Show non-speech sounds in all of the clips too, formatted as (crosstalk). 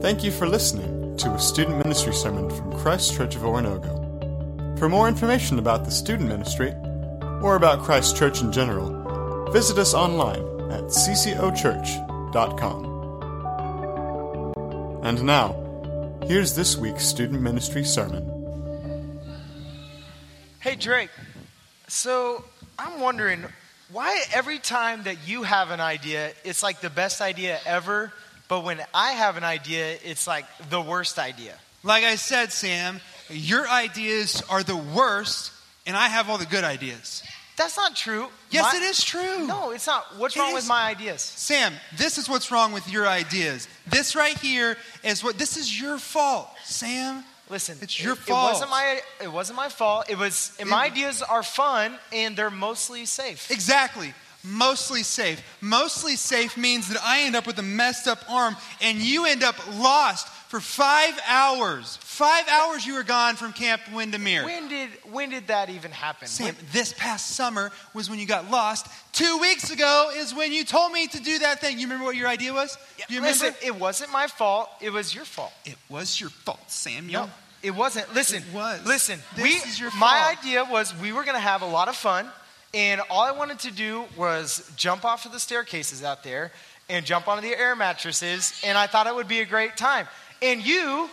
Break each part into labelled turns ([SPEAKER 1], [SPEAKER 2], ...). [SPEAKER 1] Thank you for listening to a student ministry sermon from Christ Church of Orinoco. For more information about the student ministry or about Christ Church in general, visit us online at ccochurch.com. And now, here's this week's student ministry sermon.
[SPEAKER 2] Hey Drake, so I'm wondering why every time that you have an idea, it's like the best idea ever, but when I have an idea, it's like the worst idea.
[SPEAKER 3] Like I said, Sam, your ideas are the worst, and I have all the good ideas.
[SPEAKER 2] That's not true.
[SPEAKER 3] Yes,
[SPEAKER 2] My-
[SPEAKER 3] it is true.
[SPEAKER 2] No, it's not. What's
[SPEAKER 3] It
[SPEAKER 2] wrong
[SPEAKER 3] is-
[SPEAKER 2] with my ideas?
[SPEAKER 3] Sam, this is what's wrong with your ideas. This right here is what this is your fault, Sam.
[SPEAKER 2] Listen,
[SPEAKER 3] It's your
[SPEAKER 2] it,
[SPEAKER 3] fault.
[SPEAKER 2] It wasn't my. It wasn't my fault. It was. And my ideas are fun and they're mostly safe.
[SPEAKER 3] Exactly. Mostly safe. Mostly safe means that I end up with a messed up arm and you end up lost for five hours. Five hours you were gone from Camp Windermere.
[SPEAKER 2] When did when did that even happen?
[SPEAKER 3] Sam, this past summer was when you got lost. Two weeks ago is when you told me to do that thing. You remember what your idea was? Do you remember?
[SPEAKER 2] Listen, it wasn't my fault. It was your fault.
[SPEAKER 3] It was your fault, Sam.
[SPEAKER 2] No, it wasn't. Listen,
[SPEAKER 3] It was.
[SPEAKER 2] listen.
[SPEAKER 3] This
[SPEAKER 2] we,
[SPEAKER 3] is your
[SPEAKER 2] My
[SPEAKER 3] fault.
[SPEAKER 2] idea was we were going to have a lot of fun, and all I wanted to do was jump off of the staircases out there and jump onto the air mattresses, and I thought it would be a great time. And you,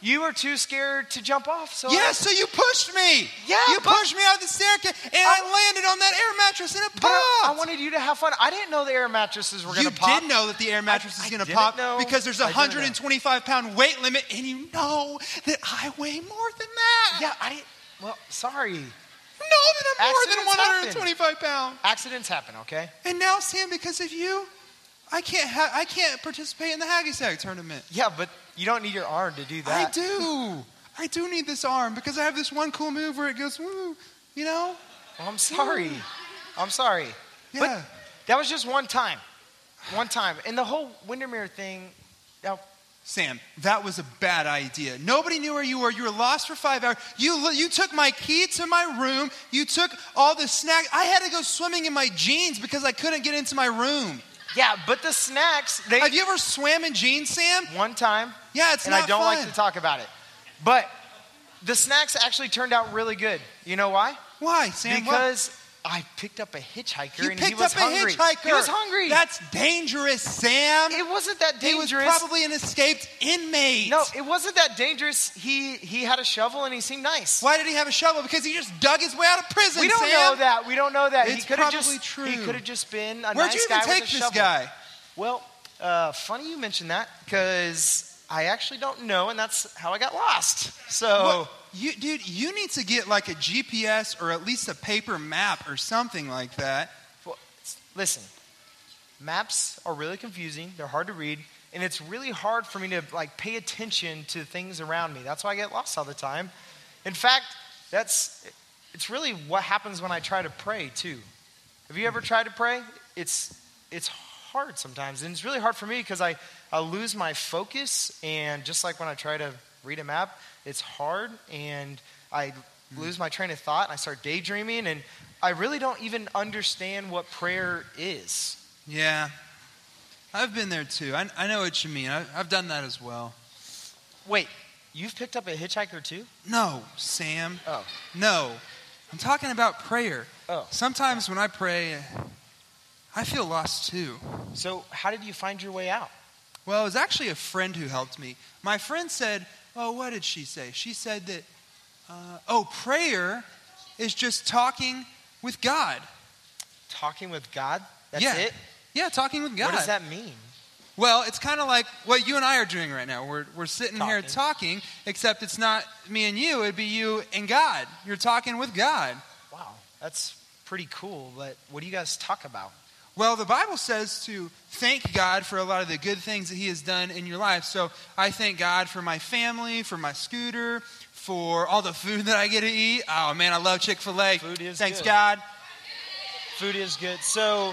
[SPEAKER 2] you were too scared to jump off, so
[SPEAKER 3] Yeah, so you pushed me.
[SPEAKER 2] Yeah,
[SPEAKER 3] you
[SPEAKER 2] but-
[SPEAKER 3] pushed me out of the staircase, and I, landed on that air mattress and it
[SPEAKER 2] But I, I
[SPEAKER 3] popped.
[SPEAKER 2] wanted you to have fun. I didn't know the air mattresses were going
[SPEAKER 3] you
[SPEAKER 2] to pop.
[SPEAKER 3] did know that the air mattress
[SPEAKER 2] I-
[SPEAKER 3] is
[SPEAKER 2] I
[SPEAKER 3] going to
[SPEAKER 2] didn't
[SPEAKER 3] pop
[SPEAKER 2] know.
[SPEAKER 3] because there's a
[SPEAKER 2] I didn't know.
[SPEAKER 3] 125 pound weight limit, and you know that I weigh more than that.
[SPEAKER 2] Yeah, I didn't. Well, sorry.
[SPEAKER 3] you know that I'm
[SPEAKER 2] Accidents
[SPEAKER 3] more
[SPEAKER 2] happen.
[SPEAKER 3] than 125 pounds.
[SPEAKER 2] Accidents happen, okay?
[SPEAKER 3] And now, Sam, because of you, I can't ha- I can't participate in the Haggy Sack tournament.
[SPEAKER 2] Yeah, but you don't need your arm to do that.
[SPEAKER 3] I do. I do need this arm because I have this one cool move where it goes woo. You know?
[SPEAKER 2] Well, I'm sorry. I'm sorry.
[SPEAKER 3] Yeah.
[SPEAKER 2] But- That was just one time. One time. And the whole Windermere thing, now,
[SPEAKER 3] Sam, that was a bad idea. Nobody knew where you were. You were lost for five hours. You, li- you took my key to my room. You took all the snacks. I had to go swimming in my jeans because I couldn't get into my room.
[SPEAKER 2] yeah, but the snacks, they,
[SPEAKER 3] Have you ever swam in jeans, Sam?
[SPEAKER 2] one time,
[SPEAKER 3] Yeah, it's
[SPEAKER 2] and
[SPEAKER 3] not
[SPEAKER 2] I don't
[SPEAKER 3] fun.
[SPEAKER 2] like to talk about it. But the snacks actually turned out really good. You know why?
[SPEAKER 3] Why, Sam? Why?
[SPEAKER 2] because I picked up a hitchhiker
[SPEAKER 3] you
[SPEAKER 2] and
[SPEAKER 3] picked
[SPEAKER 2] he was
[SPEAKER 3] up a
[SPEAKER 2] hungry.
[SPEAKER 3] hitchhiker.
[SPEAKER 2] He was hungry.
[SPEAKER 3] That's dangerous, Sam.
[SPEAKER 2] it wasn't that
[SPEAKER 3] He was
[SPEAKER 2] dangerous.
[SPEAKER 3] probably an escaped inmate.
[SPEAKER 2] no, it wasn't that dangerous. He he had a shovel and he seemed nice.
[SPEAKER 3] Why did he have a shovel? Because he just dug his way out of prison.
[SPEAKER 2] We don't
[SPEAKER 3] Sam.
[SPEAKER 2] know that. We don't know that. he
[SPEAKER 3] It's
[SPEAKER 2] could have
[SPEAKER 3] probably
[SPEAKER 2] just
[SPEAKER 3] true.
[SPEAKER 2] he could have just been a
[SPEAKER 3] Where'd
[SPEAKER 2] nice
[SPEAKER 3] you even
[SPEAKER 2] guy
[SPEAKER 3] take
[SPEAKER 2] with a
[SPEAKER 3] this
[SPEAKER 2] shovel.
[SPEAKER 3] guy?
[SPEAKER 2] Well, uh, funny you mentioned that because I actually don't know, and that's how I got lost. So
[SPEAKER 3] What- you, dude, you need to get like a GPS or at least a paper map or something like that.
[SPEAKER 2] well, s- listen, maps are really confusing. They're hard to read, and it's really hard for me to like pay attention to things around me. That's why I get lost all the time. In fact, that's it's really what happens when I try to pray too. Have you ever tried to pray? It's it's hard sometimes, and it's really hard for me because I, I lose my focus, and just like when I try to read a map, it's hard, and I lose my train of thought, and I start daydreaming, and I really don't even understand what prayer is.
[SPEAKER 3] Yeah. I've been there too. I, I know what you mean. I, I've done that as well.
[SPEAKER 2] Wait, you've picked up a hitchhiker too?
[SPEAKER 3] No, Sam.
[SPEAKER 2] Oh.
[SPEAKER 3] No. I'm talking about prayer.
[SPEAKER 2] Oh.
[SPEAKER 3] Sometimes when I pray, I feel lost too.
[SPEAKER 2] So how did you find your way out?
[SPEAKER 3] Well, it was actually a friend who helped me. My friend said, "Oh, what did she say?" She said that, uh, "Oh, prayer is just talking with God."
[SPEAKER 2] Talking with God? That's
[SPEAKER 3] Yeah,
[SPEAKER 2] it?
[SPEAKER 3] Yeah, talking with God.
[SPEAKER 2] What does that mean?
[SPEAKER 3] Well, it's kind of like what you and I are doing right now. We're we're sitting here
[SPEAKER 2] Talking.
[SPEAKER 3] talking, except it's not me and you. It'd be you and God. You're talking with God.
[SPEAKER 2] Wow, that's pretty cool, but what do you guys talk about?
[SPEAKER 3] Well, the Bible says to thank God for a lot of the good things that He has done in your life. So I thank God for my family, for my scooter, for all the food that I get to eat. Oh man, I love Chick Fil A.
[SPEAKER 2] Food is
[SPEAKER 3] Thanks
[SPEAKER 2] good.
[SPEAKER 3] God.
[SPEAKER 2] Food is good. So,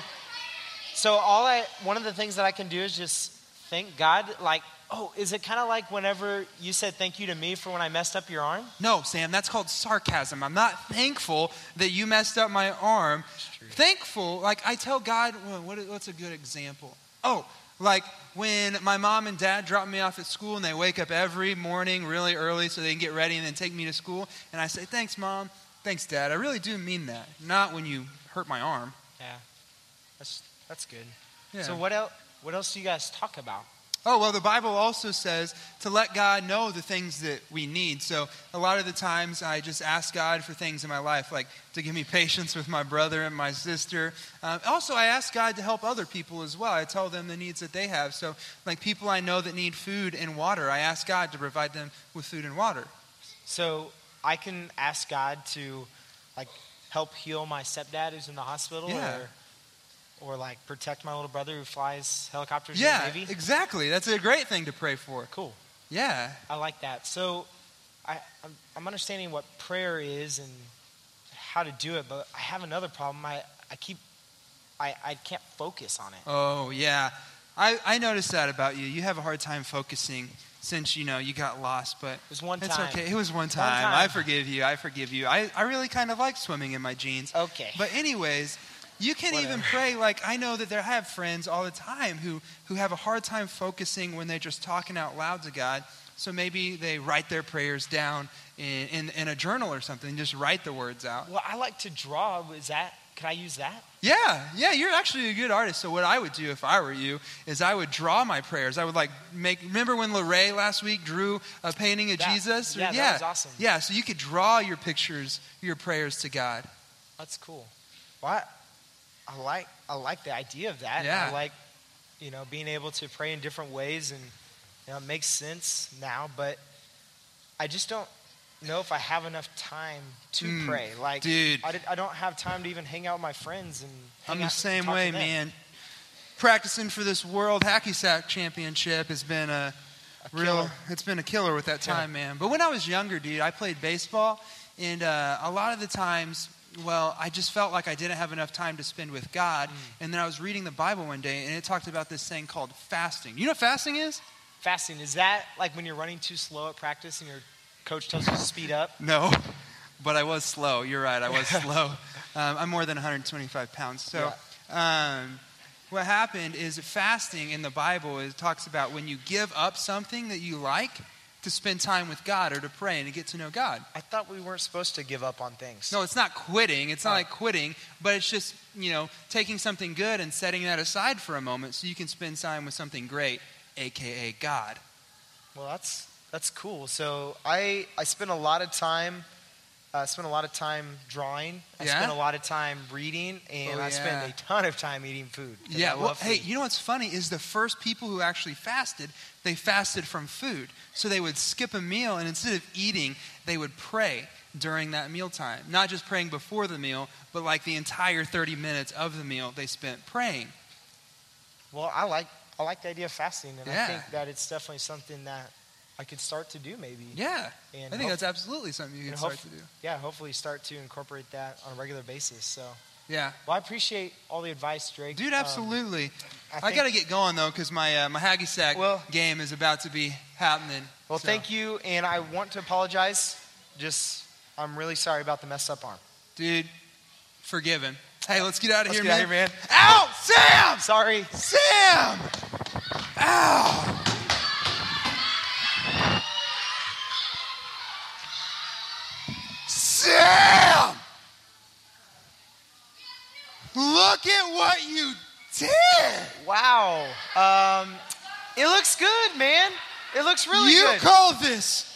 [SPEAKER 2] so all I one of the things that I can do is just thank God? Like, oh, is it kind of like whenever you said thank you to me for when I messed up your arm?
[SPEAKER 3] No, Sam, that's called sarcasm. I'm not thankful that you messed up my arm. Thankful, like I tell God, well, what, what's a good example? Oh, like when my mom and dad drop me off at school and they wake up every morning really early so they can get ready and then take me to school. And I say, thanks, mom. Thanks, dad. I really do mean that. Not when you hurt my arm.
[SPEAKER 2] Yeah, that's that's good.
[SPEAKER 3] Yeah.
[SPEAKER 2] So what else? What else do you guys talk about?
[SPEAKER 3] Oh, well, the Bible also says to let God know the things that we need. So a lot of the times I just ask God for things in my life, like to give me (laughs) patience with my brother and my sister. Um, also, I ask God to help other people as well. I tell them the needs that they have. So, like people I know that need food and water, I ask God to provide them with food and water.
[SPEAKER 2] So I can ask God to, like, help heal my stepdad who's in the hospital,
[SPEAKER 3] Yeah.
[SPEAKER 2] or, or like protect my little brother who flies helicopters
[SPEAKER 3] Yeah,
[SPEAKER 2] in the Navy.
[SPEAKER 3] exactly. That's a great thing to pray for.
[SPEAKER 2] Cool.
[SPEAKER 3] Yeah.
[SPEAKER 2] I like that. So I, I'm, I'm understanding what prayer is and how to do it, but I have another problem. I, I keep, I, I can't focus on it.
[SPEAKER 3] Oh, yeah. I, I noticed that about you. You have a hard time focusing since, you know, you got lost, but.
[SPEAKER 2] It was one
[SPEAKER 3] It's
[SPEAKER 2] time.
[SPEAKER 3] okay. It was one time.
[SPEAKER 2] time.
[SPEAKER 3] I forgive you. I forgive you. I, I really kind of like swimming in my jeans.
[SPEAKER 2] Okay.
[SPEAKER 3] But anyways, you can even
[SPEAKER 2] Whatever.
[SPEAKER 3] pray like I know that there I have friends all the time who who have a hard time focusing when they're just talking out loud to God. So maybe they write their prayers down in, in, in a journal or something, just write the words out.
[SPEAKER 2] Well, I like to draw. Is that, could I use that?
[SPEAKER 3] Yeah, yeah, you're actually a good artist. So what I would do if I were you is I would draw my prayers. I would like make. Remember when Lorraine last week drew a painting of
[SPEAKER 2] That-
[SPEAKER 3] Jesus?
[SPEAKER 2] yeah, that was awesome.
[SPEAKER 3] Yeah, so you could draw your pictures, your prayers to God.
[SPEAKER 2] That's cool. What? I like, I like the idea of that.
[SPEAKER 3] Yeah.
[SPEAKER 2] I like, you know, being able to pray in different ways and, you know, it makes sense now, but I just don't know if I have enough time to
[SPEAKER 3] Mm,
[SPEAKER 2] pray. Like,
[SPEAKER 3] dude.
[SPEAKER 2] I, did, I don't have time to even hang out with my friends and hang
[SPEAKER 3] I'm the
[SPEAKER 2] out and
[SPEAKER 3] same
[SPEAKER 2] talk to
[SPEAKER 3] way,
[SPEAKER 2] them.
[SPEAKER 3] man. Practicing for this World Hacky Sack Championship has been a, real.
[SPEAKER 2] killer.
[SPEAKER 3] It's been a killer with that
[SPEAKER 2] Yeah.
[SPEAKER 3] time, man. But when I was younger, dude, I played baseball, and uh, a lot of the times, well, I just felt like I didn't have enough time to spend with God.
[SPEAKER 2] Mm.
[SPEAKER 3] And then I was reading the Bible one day, and it talked about this thing called fasting. You know what fasting is?
[SPEAKER 2] Fasting, is that like when you're running too slow at practice and your coach tells you to speed up?
[SPEAKER 3] No, but I was slow. You're right. I was slow. Um, I'm more than 125 pounds. So, um, what happened is fasting in the Bible is, talks about when you give up something that you like to spend time with God or to pray and to get to know God.
[SPEAKER 2] I thought we weren't supposed to give up on things.
[SPEAKER 3] No, it's not quitting. It's not
[SPEAKER 2] Oh.
[SPEAKER 3] like quitting, but it's just you know taking something good and setting that aside for a moment so you can spend time with something great, aka God.
[SPEAKER 2] Well, that's that's cool. So I I spent a lot of time. I spent a lot of time drawing. I
[SPEAKER 3] Yeah?
[SPEAKER 2] spent a lot of time reading, and
[SPEAKER 3] Oh,
[SPEAKER 2] I spent
[SPEAKER 3] yeah.
[SPEAKER 2] a ton of time eating food. 'cause I
[SPEAKER 3] Yeah, well,
[SPEAKER 2] love
[SPEAKER 3] hey,
[SPEAKER 2] food.
[SPEAKER 3] you know what's funny is the first people who actually fasted, they fasted from food. So they would skip a meal and instead of eating, they would pray during that meal time. Not just praying before the meal, but like the entire 30 minutes of the meal they spent praying.
[SPEAKER 2] well, I like I like the idea of fasting, and
[SPEAKER 3] Yeah.
[SPEAKER 2] I think that it's definitely something that I could start to do maybe.
[SPEAKER 3] Yeah. I
[SPEAKER 2] and
[SPEAKER 3] think
[SPEAKER 2] hope-
[SPEAKER 3] that's absolutely something you
[SPEAKER 2] and
[SPEAKER 3] can start
[SPEAKER 2] hope-
[SPEAKER 3] to do.
[SPEAKER 2] yeah, hopefully start to incorporate that on a regular basis. So,
[SPEAKER 3] Yeah.
[SPEAKER 2] well, I appreciate all the advice, Drake.
[SPEAKER 3] Dude,
[SPEAKER 2] Um,
[SPEAKER 3] absolutely.
[SPEAKER 2] I,
[SPEAKER 3] I,
[SPEAKER 2] think-
[SPEAKER 3] got to get going though cuz my uh, my Haggy Sack
[SPEAKER 2] Well-
[SPEAKER 3] game is about to be happening.
[SPEAKER 2] Well, thank you, and I want to apologize. Just I'm really sorry about the messed up arm.
[SPEAKER 3] Dude, forgiven. Hey, let's get out of
[SPEAKER 2] Let's
[SPEAKER 3] here,
[SPEAKER 2] get out
[SPEAKER 3] man.
[SPEAKER 2] of here,
[SPEAKER 3] Out, Sam.
[SPEAKER 2] man. Sorry.
[SPEAKER 3] Sam! Ow! Sam! Look at what you did!
[SPEAKER 2] Wow. Um, it looks good, man. It looks really
[SPEAKER 3] you
[SPEAKER 2] good.
[SPEAKER 3] call this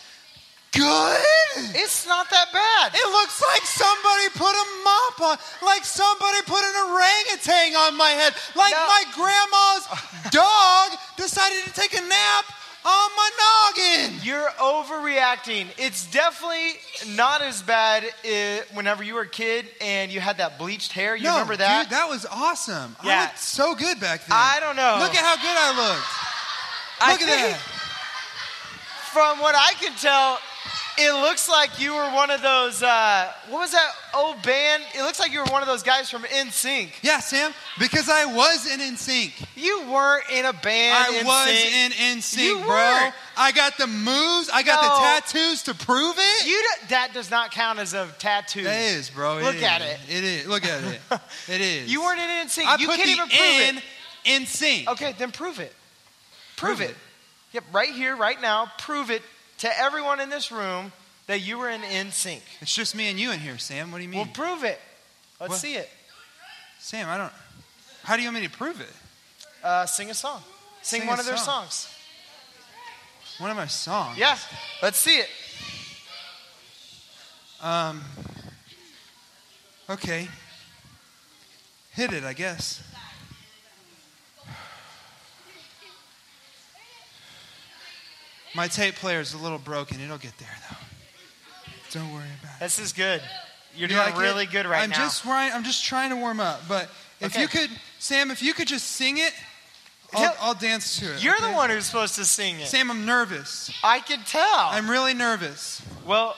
[SPEAKER 3] good? It,
[SPEAKER 2] it's not that bad.
[SPEAKER 3] looks like somebody put a mop on, like somebody put an orangutan on my head, like
[SPEAKER 2] No.
[SPEAKER 3] my grandma's dog decided to take a nap on my noggin!
[SPEAKER 2] You're overreacting. It's definitely not as bad i whenever you were a kid and you had that bleached hair. You
[SPEAKER 3] no,
[SPEAKER 2] remember that?
[SPEAKER 3] Dude, that was awesome. I
[SPEAKER 2] Yeah.
[SPEAKER 3] looked so good back then.
[SPEAKER 2] I don't know.
[SPEAKER 3] Look at how good I looked.
[SPEAKER 2] I
[SPEAKER 3] Look at
[SPEAKER 2] think
[SPEAKER 3] that.
[SPEAKER 2] From what I can tell, It looks like you were one of those. Uh, what was that old band? It looks like you were one of those guys from NSYNC.
[SPEAKER 3] Yeah, Sam, because I was in NSYNC.
[SPEAKER 2] You weren't in a band.
[SPEAKER 3] I was
[SPEAKER 2] NSYNC.
[SPEAKER 3] in NSYNC,
[SPEAKER 2] You
[SPEAKER 3] bro.
[SPEAKER 2] were.
[SPEAKER 3] I got the moves. I got
[SPEAKER 2] No.
[SPEAKER 3] the tattoos to prove it.
[SPEAKER 2] You do, that does not count as a tattoo.
[SPEAKER 3] it is, bro. It
[SPEAKER 2] Look
[SPEAKER 3] is.
[SPEAKER 2] at it.
[SPEAKER 3] It is. Look
[SPEAKER 2] (laughs)
[SPEAKER 3] at it. It is.
[SPEAKER 2] You weren't in NSYNC.
[SPEAKER 3] I
[SPEAKER 2] you
[SPEAKER 3] put
[SPEAKER 2] can't
[SPEAKER 3] the
[SPEAKER 2] even prove
[SPEAKER 3] N
[SPEAKER 2] it.
[SPEAKER 3] in sync.
[SPEAKER 2] Okay, then prove it. Prove,
[SPEAKER 3] Prove
[SPEAKER 2] it.
[SPEAKER 3] it.
[SPEAKER 2] Yep, right here, right now, prove it to everyone in this room that you were in NSYNC.
[SPEAKER 3] It's just me and you in here, Sam. What do you mean?
[SPEAKER 2] Well, prove it. Let's
[SPEAKER 3] What?
[SPEAKER 2] see it.
[SPEAKER 3] Sam, I don't. How do you want me to prove it?
[SPEAKER 2] Uh, sing a song. Sing,
[SPEAKER 3] Sing
[SPEAKER 2] one
[SPEAKER 3] a
[SPEAKER 2] of their
[SPEAKER 3] song.
[SPEAKER 2] songs.
[SPEAKER 3] One of my songs.
[SPEAKER 2] Yeah, let's see it.
[SPEAKER 3] Um. Okay. Hit it, I guess. My tape player's a little broken. It'll get there though. Don't worry about it.
[SPEAKER 2] This is good. You're
[SPEAKER 3] You
[SPEAKER 2] doing
[SPEAKER 3] like it?
[SPEAKER 2] really good right
[SPEAKER 3] I'm
[SPEAKER 2] now.
[SPEAKER 3] Just trying, I'm just trying to warm up. But if
[SPEAKER 2] Okay.
[SPEAKER 3] you could, Sam, if you could just sing it, I'll,
[SPEAKER 2] Yeah.
[SPEAKER 3] I'll dance to it.
[SPEAKER 2] You're
[SPEAKER 3] okay?
[SPEAKER 2] the one who's supposed to sing it.
[SPEAKER 3] Sam, I'm nervous.
[SPEAKER 2] I can tell.
[SPEAKER 3] I'm really nervous.
[SPEAKER 2] well,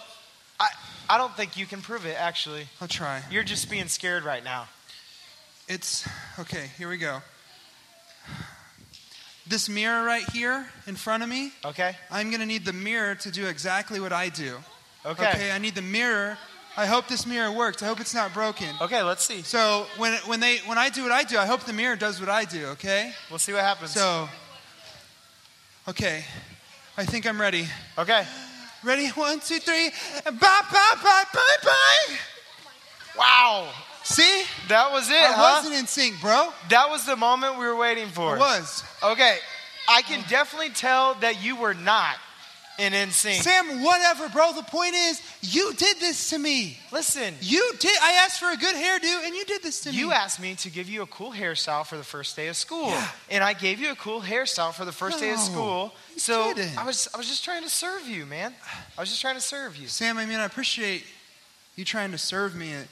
[SPEAKER 2] I, I don't think you can prove it, actually.
[SPEAKER 3] I'll try.
[SPEAKER 2] You're just being scared right now.
[SPEAKER 3] It's okay, here we go. This mirror right here in front of me,
[SPEAKER 2] Okay?
[SPEAKER 3] I'm gonna need the mirror to do exactly what I do.
[SPEAKER 2] Okay. Okay,
[SPEAKER 3] I need the mirror. I hope this mirror works. I hope it's not broken.
[SPEAKER 2] let's see.
[SPEAKER 3] So when when they when I do what I do, I hope the mirror does what I do, okay?
[SPEAKER 2] We'll see what happens.
[SPEAKER 3] So Okay. I think I'm ready.
[SPEAKER 2] okay.
[SPEAKER 3] Ready? One, two, three. Bye bye bye bye bye.
[SPEAKER 2] Wow.
[SPEAKER 3] See?
[SPEAKER 2] That was it,
[SPEAKER 3] I
[SPEAKER 2] huh?
[SPEAKER 3] wasn't in sync, bro.
[SPEAKER 2] That was the moment we were waiting for.
[SPEAKER 3] I was.
[SPEAKER 2] Okay, I can definitely tell that you were not in NSYNC.
[SPEAKER 3] Sam, whatever, bro. The point is, you did this to me.
[SPEAKER 2] Listen,
[SPEAKER 3] You did. I asked for a good hairdo, and you did this to me.
[SPEAKER 2] you asked me to give you a cool hairstyle for the first day of school,
[SPEAKER 3] Yeah.
[SPEAKER 2] and I gave you a cool hairstyle for the first day of
[SPEAKER 3] No,
[SPEAKER 2] school.
[SPEAKER 3] you
[SPEAKER 2] So
[SPEAKER 3] didn't.
[SPEAKER 2] I was I was just trying to serve you, man. I was just trying to serve you.
[SPEAKER 3] Sam, I mean, I appreciate you trying to serve me. It-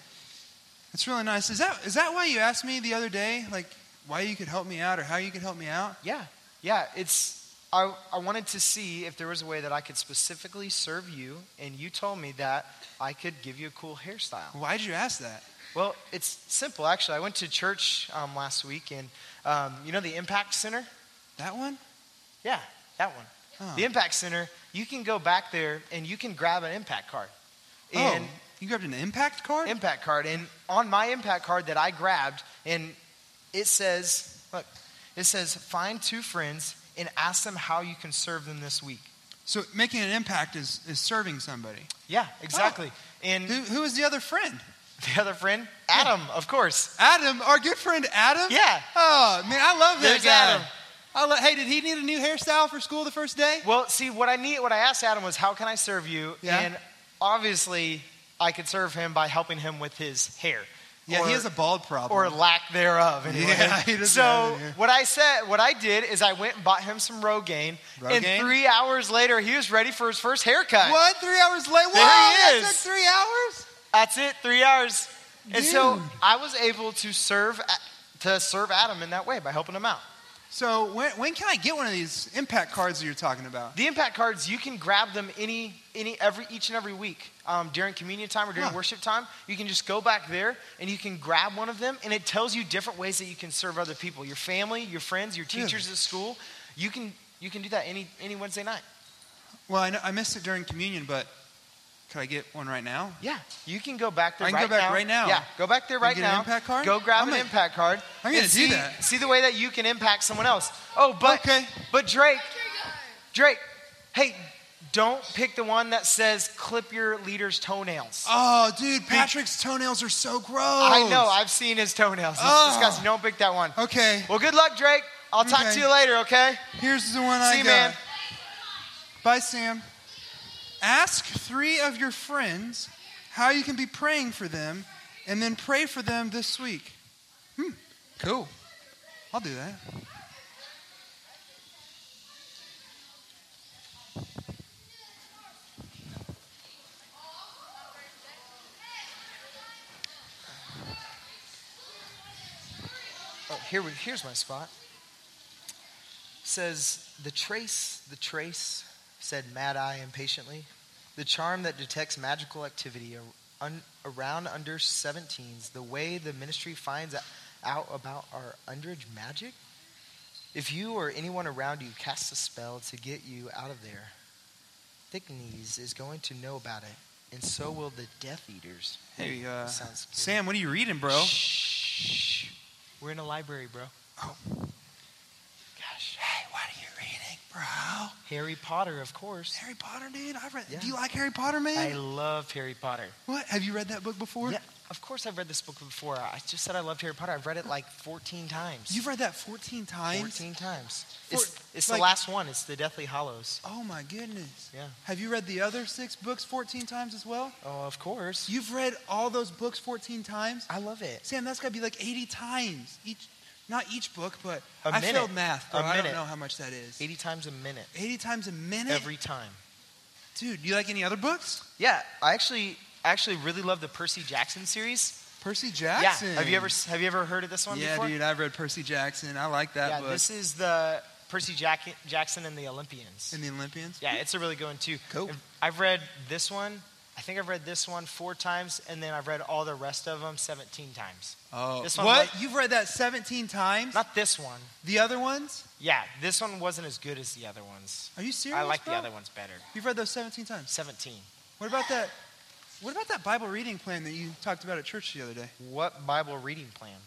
[SPEAKER 3] It's really nice. Is that is that why you asked me the other day, like why you could help me out or how you could help me out?
[SPEAKER 2] Yeah, yeah. It's I I wanted to see if there was a way that I could specifically serve you, and you told me that I could give you a cool hairstyle.
[SPEAKER 3] Why'd you ask that?
[SPEAKER 2] Well, it's simple, actually. I went to church um, last week, and um, you know the Impact Center?
[SPEAKER 3] That one?
[SPEAKER 2] Yeah, that one.
[SPEAKER 3] Oh.
[SPEAKER 2] The Impact Center, you can go back there and you can grab an Impact card.
[SPEAKER 3] oh,
[SPEAKER 2] And
[SPEAKER 3] you grabbed an impact card?
[SPEAKER 2] Impact card. And on my Impact card that I grabbed, and it says, look, it says, find two friends and ask them how you can serve them this week.
[SPEAKER 3] so making an impact is, is serving somebody.
[SPEAKER 2] Yeah, exactly. And
[SPEAKER 3] Oh. Who who is the other friend?
[SPEAKER 2] the other friend, Adam, of course.
[SPEAKER 3] Adam, our good friend Adam.
[SPEAKER 2] Yeah.
[SPEAKER 3] Oh man, I love that
[SPEAKER 2] There's
[SPEAKER 3] guy.
[SPEAKER 2] Adam.
[SPEAKER 3] I lo- hey, did he need a new hairstyle for school the first day?
[SPEAKER 2] Well, see, what I need, what I asked Adam was, how can I serve you?
[SPEAKER 3] Yeah.
[SPEAKER 2] And obviously, I could serve him by helping him with his hair.
[SPEAKER 3] Yeah,
[SPEAKER 2] or,
[SPEAKER 3] he has a bald problem.
[SPEAKER 2] or lack thereof. Anyway.
[SPEAKER 3] Uh-huh. Yeah, (laughs) he doesn't have
[SPEAKER 2] so
[SPEAKER 3] any hair.
[SPEAKER 2] what I said, what I did is I went and bought him some Rogaine,
[SPEAKER 3] Rogaine?
[SPEAKER 2] and three hours later, he was ready for his first haircut.
[SPEAKER 3] what? Three hours late? Wow,
[SPEAKER 2] There he
[SPEAKER 3] that
[SPEAKER 2] is.
[SPEAKER 3] took three hours?
[SPEAKER 2] That's it, three hours. And so
[SPEAKER 3] Dude.
[SPEAKER 2] I was able to serve A- to serve Adam in that way by helping him out.
[SPEAKER 3] So when, when can I get one of these impact cards that you're talking about?
[SPEAKER 2] The impact cards, you can grab them any, any, every, each and every week um, during communion time or during
[SPEAKER 3] Huh.
[SPEAKER 2] worship time. You can just go back there and you can grab one of them, and it tells you different ways that you can serve other people, your family, your friends, your
[SPEAKER 3] Really?
[SPEAKER 2] teachers at school. You can you can do that any any Wednesday night.
[SPEAKER 3] Well, I, know, I missed it during communion, but could I get one right now?
[SPEAKER 2] Yeah, you can go back there.
[SPEAKER 3] I can go
[SPEAKER 2] right
[SPEAKER 3] back
[SPEAKER 2] now.
[SPEAKER 3] right now.
[SPEAKER 2] Yeah, go back there
[SPEAKER 3] And
[SPEAKER 2] right
[SPEAKER 3] get an
[SPEAKER 2] now.
[SPEAKER 3] impact card?
[SPEAKER 2] Go grab
[SPEAKER 3] I'm
[SPEAKER 2] an
[SPEAKER 3] gonna-
[SPEAKER 2] impact card.
[SPEAKER 3] I'm gonna
[SPEAKER 2] and
[SPEAKER 3] do
[SPEAKER 2] see,
[SPEAKER 3] that.
[SPEAKER 2] See the way that you can impact someone else. Oh, but
[SPEAKER 3] Okay.
[SPEAKER 2] but Drake, Drake, hey, don't pick the one that says clip your leader's toenails.
[SPEAKER 3] Oh, dude, Patrick's toenails are so gross.
[SPEAKER 2] I know. I've seen his toenails. It's
[SPEAKER 3] Oh.
[SPEAKER 2] disgusting. Don't pick that one.
[SPEAKER 3] okay,
[SPEAKER 2] Well, good luck, Drake. I'll talk
[SPEAKER 3] Okay.
[SPEAKER 2] to you later. Okay.
[SPEAKER 3] here's the one I
[SPEAKER 2] See you,
[SPEAKER 3] got.
[SPEAKER 2] man.
[SPEAKER 3] Bye, Sam. Ask three of your friends how you can be praying for them, and then pray for them this week. Hmm, cool. I'll do that.
[SPEAKER 2] Oh, here we, here's my spot. Says the trace, the trace, said Mad Eye impatiently. the charm that detects magical activity ar- un- around under 17s, the way the ministry finds o- out about our underage magic? If you or anyone around you casts a spell to get you out of there, Thick Knees is going to know about it, and so will the Death Eaters.
[SPEAKER 3] Hey, uh,
[SPEAKER 2] Sounds good.
[SPEAKER 3] Sam, what are you reading, bro?
[SPEAKER 2] Shh. We're in a library, bro.
[SPEAKER 3] Oh.
[SPEAKER 2] Gosh.
[SPEAKER 3] Hey, what are you reading, bro?
[SPEAKER 2] Harry Potter, of course.
[SPEAKER 3] Harry Potter, dude. I've read.
[SPEAKER 2] Yeah.
[SPEAKER 3] Do you like Harry Potter, man?
[SPEAKER 2] I love Harry Potter.
[SPEAKER 3] what? Have you read that book before?
[SPEAKER 2] Yeah, of course I've read this book before. I just said I loved Harry Potter. I've read it like 14 times.
[SPEAKER 3] You've read that 14 times?
[SPEAKER 2] 14 times. It's,
[SPEAKER 3] Four-
[SPEAKER 2] it's
[SPEAKER 3] like-
[SPEAKER 2] the last one. It's the Deathly Hollows.
[SPEAKER 3] Oh my goodness.
[SPEAKER 2] Yeah.
[SPEAKER 3] Have you read the other six books 14 times as well?
[SPEAKER 2] Oh, of course.
[SPEAKER 3] You've read all those books 14 times?
[SPEAKER 2] I love it.
[SPEAKER 3] Sam, that's got to be like 80 times each. Not each book, but
[SPEAKER 2] A
[SPEAKER 3] I
[SPEAKER 2] minute.
[SPEAKER 3] failed math, bro.
[SPEAKER 2] A
[SPEAKER 3] I don't
[SPEAKER 2] minute.
[SPEAKER 3] know how much that is. 80,
[SPEAKER 2] 80 times a minute.
[SPEAKER 3] times a minute?
[SPEAKER 2] Every time.
[SPEAKER 3] Dude, do you like any other books?
[SPEAKER 2] Yeah, I actually I actually really love the Percy Jackson series.
[SPEAKER 3] Percy Jackson.
[SPEAKER 2] Yeah. Have you ever have you ever heard of this one
[SPEAKER 3] Yeah,
[SPEAKER 2] before?
[SPEAKER 3] dude, I've read Percy Jackson. I like that
[SPEAKER 2] yeah,
[SPEAKER 3] book.
[SPEAKER 2] this is the Percy Jack- Jackson and the Olympians.
[SPEAKER 3] In the Olympians?
[SPEAKER 2] Yeah, it's a really good one too.
[SPEAKER 3] Cool.
[SPEAKER 2] I've- I've read this one. I think I've read this one four times, and then I've read all the rest of them 17 times.
[SPEAKER 3] Oh.
[SPEAKER 2] This one
[SPEAKER 3] What? You've read that 17 times?
[SPEAKER 2] Not this one.
[SPEAKER 3] the other ones?
[SPEAKER 2] Yeah, this one wasn't as good as the other ones.
[SPEAKER 3] Are you serious?
[SPEAKER 2] I like
[SPEAKER 3] bro?
[SPEAKER 2] the other ones better.
[SPEAKER 3] You've read those 17 times.
[SPEAKER 2] 17.
[SPEAKER 3] What about that? What about that Bible reading plan that you talked about at church the other day?
[SPEAKER 2] What Bible reading plan?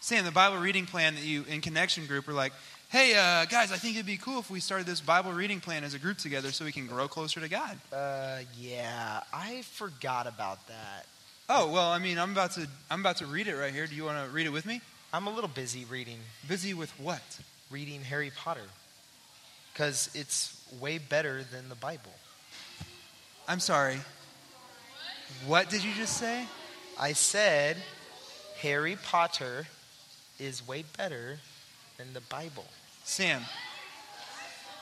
[SPEAKER 3] Sam, the Bible reading plan that you in connection group were like, "Hey uh, guys, I think it'd be cool if we started this Bible reading plan as a group together so we can grow closer to God."
[SPEAKER 2] Uh, yeah, I forgot about that.
[SPEAKER 3] Oh well, I mean, I'm about to I'm about to read it right here. Do you want to read it with me?
[SPEAKER 2] I'm a little busy reading
[SPEAKER 3] Busy with what?
[SPEAKER 2] reading Harry Potter because it's way better than the Bible.
[SPEAKER 3] I'm sorry. What did you just say?
[SPEAKER 2] I said Harry Potter is way better than the Bible.
[SPEAKER 3] Sam.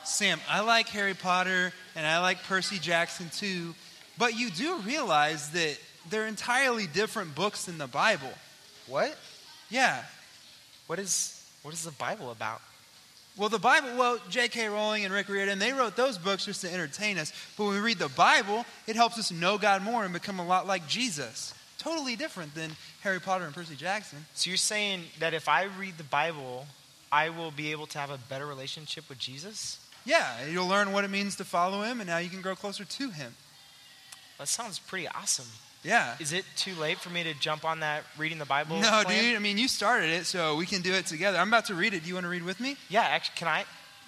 [SPEAKER 3] Sam, I like Harry Potter and I like Percy Jackson too, but you do realize that they're entirely different books than the Bible.
[SPEAKER 2] What?
[SPEAKER 3] Yeah.
[SPEAKER 2] What is what is the Bible about?
[SPEAKER 3] Well, the Bible, well, J.K. Rowling and Rick Riordan, they wrote those books just to entertain us. But when we read the Bible, it helps us know God more and become a lot like Jesus. Totally different than Harry Potter and Percy Jackson.
[SPEAKER 2] So you're saying that if I read the Bible, I will be able to have a better relationship with Jesus?
[SPEAKER 3] Yeah, you'll learn what it means to follow him, and now you can grow closer to him.
[SPEAKER 2] That sounds pretty awesome.
[SPEAKER 3] Yeah.
[SPEAKER 2] Is it too late for me to jump on that reading the Bible?
[SPEAKER 3] No,
[SPEAKER 2] plan?
[SPEAKER 3] dude, I mean, you started it, so we can do it together. I'm about to read it. Do you want to read with me?
[SPEAKER 2] Yeah, actually, can I?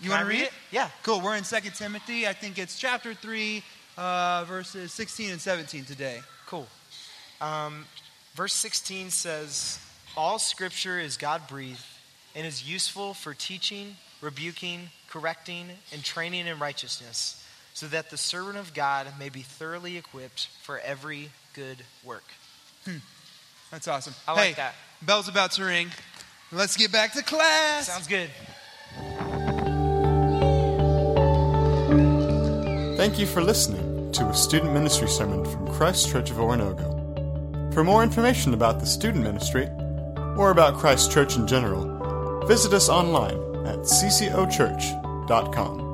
[SPEAKER 3] You
[SPEAKER 2] can I
[SPEAKER 3] want to read it?
[SPEAKER 2] Yeah.
[SPEAKER 3] Cool. We're in 2 Timothy. I think it's chapter 3, uh, verses 16 and 17 today.
[SPEAKER 2] Cool. Um, verse 16 says, All scripture is God breathed and is useful for teaching, rebuking, correcting, and training in righteousness, so that the servant of God may be thoroughly equipped for every good work.
[SPEAKER 3] That's awesome.
[SPEAKER 2] I
[SPEAKER 3] hey,
[SPEAKER 2] like that.
[SPEAKER 3] Bell's about to ring. Let's get back to class.
[SPEAKER 2] Sounds good.
[SPEAKER 1] Thank you for listening to a student ministry sermon from Christ Church of Orinoco. For more information about the student ministry or about Christ Church in general, visit us online at ccochurch.com.